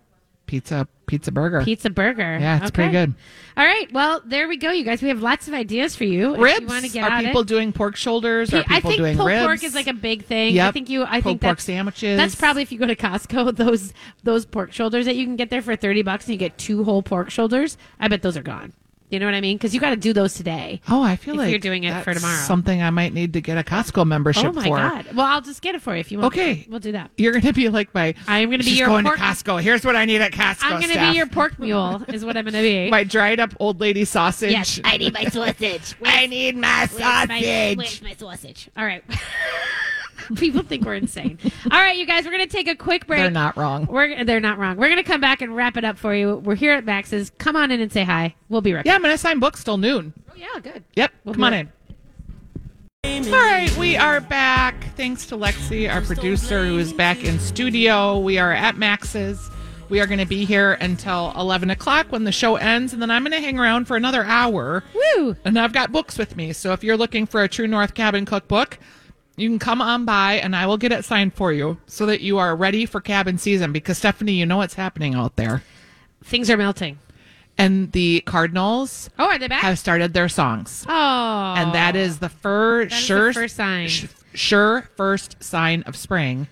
S2: pizza pizza burger.
S3: Pizza burger.
S2: Yeah, it's pretty good.
S3: All right. Well, there we go, you guys. We have lots of ideas for you. If
S2: ribs
S3: you want to get
S2: are
S3: at
S2: people
S3: it.
S2: doing pork shoulders are people
S3: I think
S2: doing
S3: pulled
S2: ribs
S3: pork is like a big thing. I
S2: Yep.
S3: think you. I
S2: Pulled
S3: think
S2: pork
S3: that's-
S2: sandwiches.
S3: That's probably if you go to Costco, those those pork shoulders that you can get there for thirty bucks, and you get two whole pork shoulders. I bet those are gone. You know what I mean? Because you got to do those today.
S2: oh i feel
S3: if
S2: like
S3: you're doing it for
S2: that's
S3: tomorrow.
S2: something i might need to get a costco membership
S3: Oh my
S2: for
S3: god! Well, I'll just get it for you if you want.
S2: Okay.
S3: we'll do that.
S2: you're gonna be like my
S3: I am gonna be
S2: "She's
S3: your
S2: going
S3: pork-
S2: to costco here's what i need at costco
S3: I'm gonna
S2: staff.
S3: be your pork mule, is what I'm gonna be.
S2: my dried up old lady sausage
S3: Yes,
S4: I need my sausage.
S2: I need my
S4: Where's my,
S2: sausage
S4: where's my sausage?
S3: All right. People think we're insane. All right, you guys, we're going to take a quick break.
S2: they're not wrong
S3: We're, they're not wrong. We're going to come back and wrap it up for you. We're here at Max's. Come on in and say hi. We'll be right
S2: yeah i'm gonna sign books till noon
S3: back. Yeah, yeah good.
S2: yep
S3: We'll
S2: come on
S3: do
S2: in all right, we are back. Thanks to Lexi, our producer, who is back in studio. We are at Max's. We are going to be here until 11 o'clock when the show ends, and then I'm going to hang around for another hour.
S3: Woo!
S2: And I've got books with me. So if you're looking for a True North Cabin cookbook, you can come on by and I will get it signed for you so that you are ready for cabin season because, Stephanie, you know what's happening out there.
S3: Things are melting.
S2: And the Cardinals
S3: Oh, are they back?
S2: have started their songs.
S3: oh.
S2: And that is the fir-
S3: is the
S2: sure
S3: first sign.
S2: sh- sure first sign of spring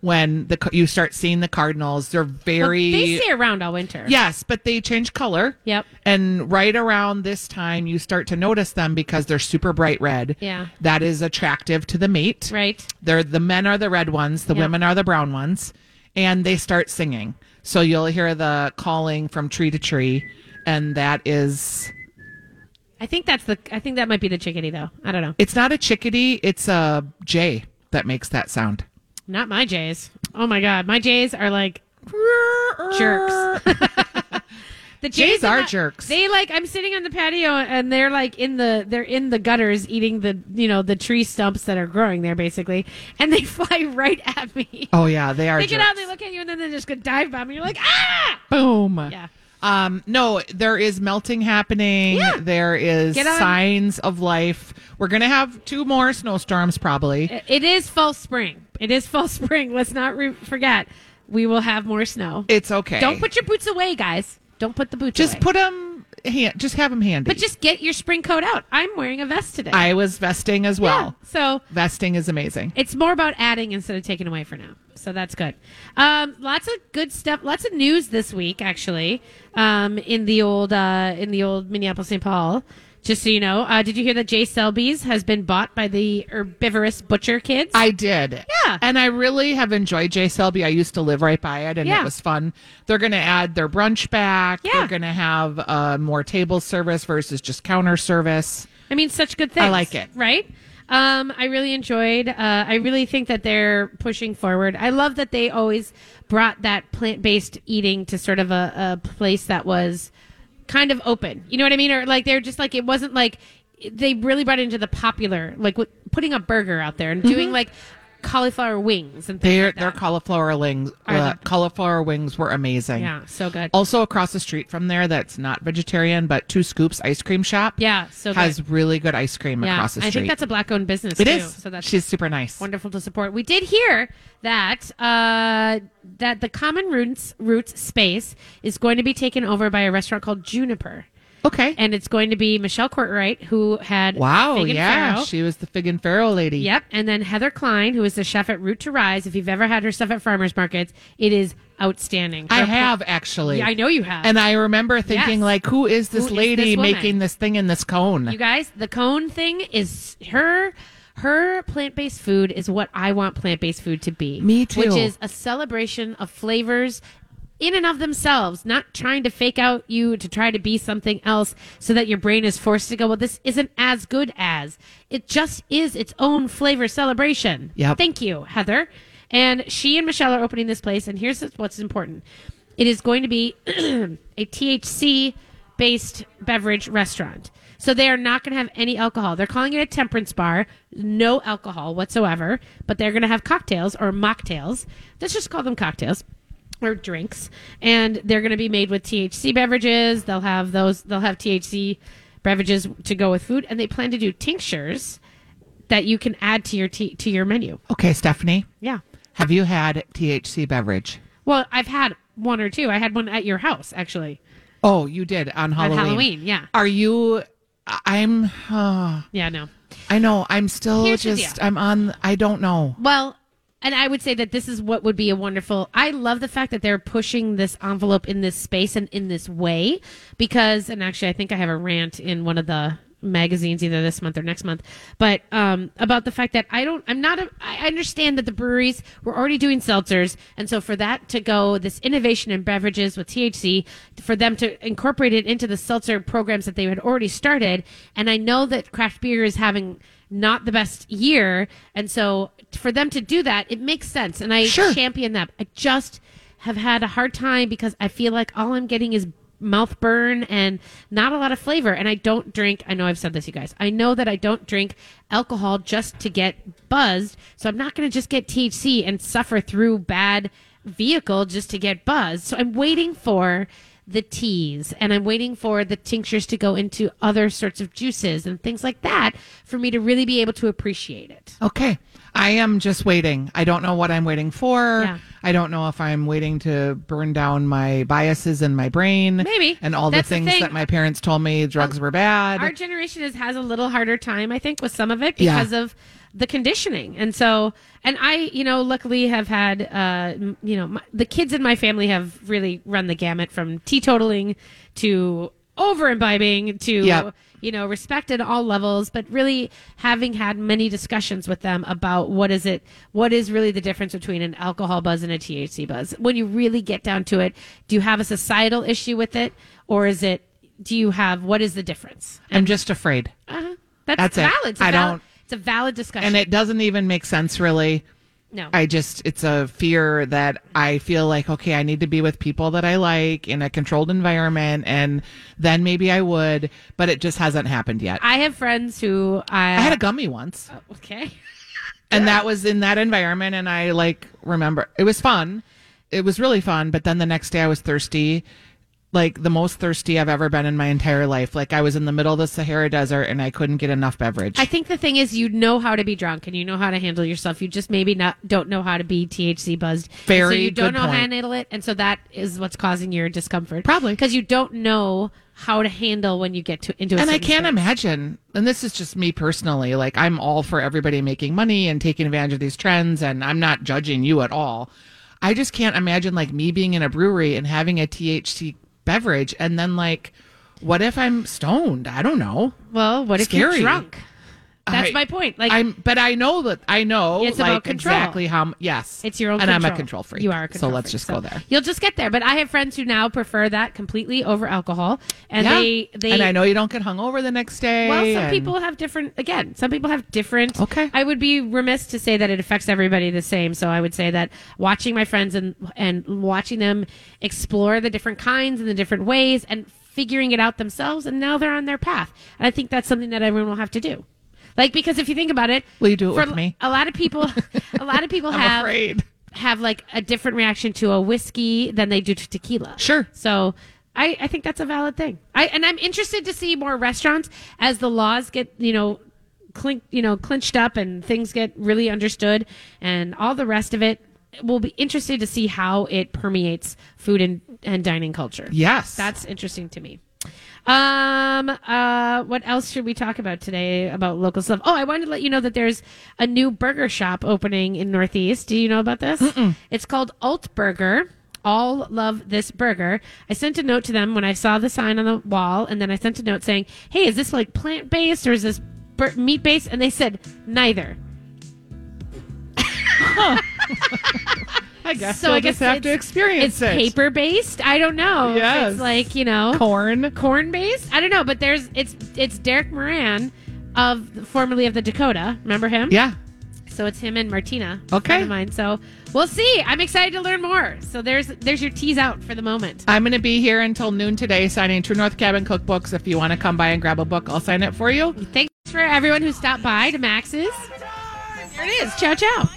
S2: when the ca- you start seeing the cardinals. They're
S3: Well,
S2: very
S3: they stay around all winter.
S2: yes, but they change color.
S3: Yep.
S2: And right around this time, you start to notice them because they're super bright red.
S3: Yeah.
S2: That is attractive to the mate.
S3: Right.
S2: They're the men are the red ones, the
S3: Yeah.
S2: women are the brown ones, and they start singing. So you'll hear the calling from tree to tree, and that is
S3: I think that's the. I think that might be the chickadee though. I don't know.
S2: It's not a chickadee, it's a jay that makes that sound.
S3: Not my jays. Oh my god, my jays are like Jerks. The
S2: Jays
S3: Jays,
S2: are
S3: not-
S2: jerks.
S3: They like I'm sitting on the patio and they're like in the they're in the gutters eating the you know the tree stumps that are growing there basically, and they fly right at me.
S2: oh yeah, they are.
S3: they get
S2: jerks.
S3: out, and they look at you, and then they just go dive bomb. And you're like ah.
S2: Boom.
S3: Yeah.
S2: Um, no, there is melting happening.
S3: Yeah.
S2: There is
S3: Get on-
S2: signs of life. We're gonna have two more snowstorms probably.
S3: It is fall spring. It is fall spring. Let's not re- forget we will have more snow.
S2: it's okay.
S3: Don't put your boots away, guys. Don't put the boots
S2: just
S3: away.
S2: put them. Hand, just have them handy.
S3: But just get your spring coat out. I'm wearing a vest today.
S2: I was vesting as
S3: Yeah.
S2: well.
S3: So
S2: Vesting is amazing.
S3: it's more about adding instead of taking away for now. so that's good. Um, lots of good stuff. Lots of news this week, actually. Um, in the old uh, in the old Minneapolis St. Paul. Just so you know, uh, did you hear that Jay Selby's has been bought by the herbivorous butcher kids?
S2: I did.
S3: Yeah.
S2: And I really have enjoyed J Selby. I used to live right by it and
S3: Yeah.
S2: it was fun. They're going to add their brunch back.
S3: Yeah.
S2: They're going to have uh, more table service versus just counter service.
S3: I mean, such good things.
S2: I like it.
S3: Right? Um, I really enjoyed. Uh, I really think that they're pushing forward. I love that they always brought that plant-based eating to sort of a, a place that was kind of open. You know what I mean? Or like they're just like it wasn't like they really brought it into the popular, like w- putting a burger out there
S2: Mm-hmm.
S3: and doing like cauliflower wings and things.
S2: Their
S3: like that.
S2: their cauliflower wings
S3: Are
S2: uh,
S3: the-
S2: cauliflower wings were amazing.
S3: yeah, so good.
S2: Also across the street from there that's not vegetarian but Two Scoops ice cream shop.
S3: Yeah, so
S2: has
S3: good.
S2: really good ice cream
S3: yeah,
S2: across the
S3: I
S2: street.
S3: think that's a black-owned business.
S2: it
S3: too,
S2: is.
S3: So that's
S2: She's super nice.
S3: wonderful to support. We did hear that uh, that the Common Roots Roots space is going to be taken over by a restaurant called Juniper,
S2: Okay.
S3: and it's going to be Michelle Courtwright who had
S2: wow,
S3: Fig and
S2: yeah.
S3: Farrow.
S2: She was the Fig and Farrow lady.
S3: Yep, and then Heather Klein, who is the chef at Root to Rise. If you've ever had her stuff at farmers markets, it is outstanding.
S2: I
S3: Her-
S2: have actually.
S3: Yeah, I know you have.
S2: And I remember thinking,
S3: Yes.
S2: like, who is this
S3: Who is
S2: lady
S3: this woman?
S2: making this thing in this cone?
S3: You guys, the cone thing is her her plant-based food is what I want plant-based food to be.
S2: Me too.
S3: Which is a celebration of flavors in and of themselves, not trying to fake out you to try to be something else so that your brain is forced to go, well, this isn't as good as. It just is its own flavor celebration.
S2: Yep.
S3: Thank you, Heather. And she and Michelle are opening this place, and here's what's important. It is going to be a THC based beverage restaurant. So they are not going to have any alcohol. They're calling it a temperance bar, no alcohol whatsoever, but they're going to have cocktails or mocktails. Let's just call them cocktails or drinks. And they're going to be made with THC beverages. They'll have those they'll have THC beverages to go with food and they plan to do tinctures that you can add to your t- to your menu.
S2: okay, Stephanie,
S3: Yeah.
S2: have you had THC beverage?
S3: Well, I've had one or two. I had one at your house actually.
S2: Oh, you did on Halloween.
S3: Halloween, yeah.
S2: Are you? I- I'm. Uh,
S3: Yeah, no.
S2: I know. I'm still
S3: Here's the
S2: just.
S3: deal.
S2: I'm on. I don't know.
S3: Well, and I would say that this is what would be a wonderful. I love the fact that they're pushing this envelope in this space and in this way because, and actually, I think I have a rant in one of the magazines either this month or next month, but um, about the fact that I don't, I'm not, a, I understand that the breweries were already doing seltzers. And so for that to go, this innovation in beverages with THC, for them to incorporate it into the seltzer programs that they had already started. And I know that craft beer is having not the best year. And so for them to do that, it makes sense. And I
S2: Sure.
S3: champion that. I just have had a hard time because I feel like all I'm getting is mouth burn and not a lot of flavor. And I don't drink. I know I've said this, you guys. I know that I don't drink alcohol just to get buzzed. So I'm not going to just get THC and suffer through bad vehicle just to get buzzed. So I'm waiting for the teas and I'm waiting for the tinctures to go into other sorts of juices and things like that for me to really be able to appreciate it.
S2: Okay. I am just waiting. I don't know what I'm waiting for.
S3: Yeah.
S2: I don't know if I'm waiting to burn down my biases in my brain.
S3: Maybe.
S2: And all
S3: That's
S2: the
S3: the
S2: things
S3: thing.
S2: that my parents told me drugs were bad.
S3: Our generation is, has a little harder time, I think, with some of it
S2: Yeah.
S3: because of the conditioning. And so, and I, you know, luckily have had, uh, m- you know, my, the kids in my family have really run the gamut from teetotaling to over imbibing to,
S2: Yep.
S3: you know, respect at all levels, but really having had many discussions with them about what is it, what is really the difference between an alcohol buzz and a THC buzz. When you really get down to it, do you have a societal issue with it or is it, do you have, what is the difference?
S2: I'm just afraid.
S3: Uh-huh. That's,
S2: That's it.
S3: valid. It's a
S2: I
S3: valid,
S2: don't-
S3: It's a valid discussion.
S2: And it doesn't even make sense, really.
S3: no.
S2: I just, it's a fear that I feel like, okay, I need to be with people that I like in a controlled environment, and then maybe I would, but it just hasn't happened yet. I,
S3: I have friends who I,
S2: had a gummy once,
S3: okay.
S2: and that was in that environment, and I like remember it was fun. It was really fun, but then the next day I was thirsty, like the most thirsty I've ever been in my entire life. Like I was in the middle of the Sahara Desert and I couldn't get enough beverage.
S3: I think the thing is, you know how to be drunk and you know how to handle yourself. You just maybe not don't know how to be THC buzzed. And so
S2: Very
S3: you don't
S2: good
S3: know how
S2: point.
S3: to handle it, and so that is what's causing your discomfort.
S2: Probably.
S3: because you don't know how to handle when you get to into a
S2: and I
S3: certain
S2: can't
S3: space.
S2: imagine, and this is just me personally, like I'm all for everybody making money and taking advantage of these trends, and I'm not judging you at all. I just can't imagine like me being in a brewery and having a THC beverage, and then like, what if I'm stoned? I don't know.
S3: Well, what if you're
S2: Scary.
S3: drunk? That's
S2: I-
S3: my point. Like
S2: I'm, but I know that I know
S3: It's
S2: like
S3: about control.
S2: exactly how. m- Yes,
S3: It's your own
S2: and
S3: control.
S2: I'm a control freak.
S3: You are a control
S2: so let's
S3: freak,
S2: just
S3: so
S2: go there.
S3: You'll just get there. But I have friends who now prefer that completely over alcohol. And
S2: Yeah.
S3: they, they
S2: and I know you don't get hungover the next day.
S3: Well, some
S2: and-
S3: people have different again, some people have different
S2: Okay.
S3: I would be remiss to say that it affects everybody the same. So I would say that watching my friends and and watching them explore the different kinds and the different ways and figuring it out themselves and now they're on their path. And I think that's something that everyone will have to do. Like because if you think about it,
S2: Will you do it
S3: for
S2: with me?
S3: A lot of people a lot of people
S2: I'm
S3: have
S2: afraid.
S3: have like a different reaction to a whiskey than they do to tequila.
S2: Sure.
S3: So I, I think that's a valid thing. I and I'm interested to see more restaurants as the laws get you know clink you know clinched up and things get really understood and all the rest of it. We'll be interested to see how it permeates food and, and dining culture.
S2: Yes,
S3: That's interesting to me. Um, uh, what else should we talk about today about local stuff? Oh, I wanted to let you know that there's a new burger shop opening in Northeast. Do you know about this? It's called Alt Burger. All love this burger. I sent a note to them when I saw the sign on the wall, and then I sent a note saying, "Hey, is this like plant based or is this bur- meat based?" And they said neither.
S2: I guess.
S3: so
S2: you'll
S3: I guess
S2: just have
S3: it's-
S2: to experience
S3: It's
S2: it.
S3: paper based. I don't know.
S2: Yes.
S3: It's like you know
S2: corn.
S3: corn based. I don't know, but there's it's it's Derek Moran of formerly of the Dakota. Remember him?
S2: Yeah.
S3: So it's him and Martina. a
S2: Okay.
S3: friend of mine. So we'll see. I'm excited to learn more. So there's there's your tease out for the moment.
S2: I'm going to be here until noon today signing True North Cabin cookbooks. If you want to come by and grab a book, I'll sign it for you.
S3: Thanks for everyone who stopped by to Max's. There it is. Ciao ciao.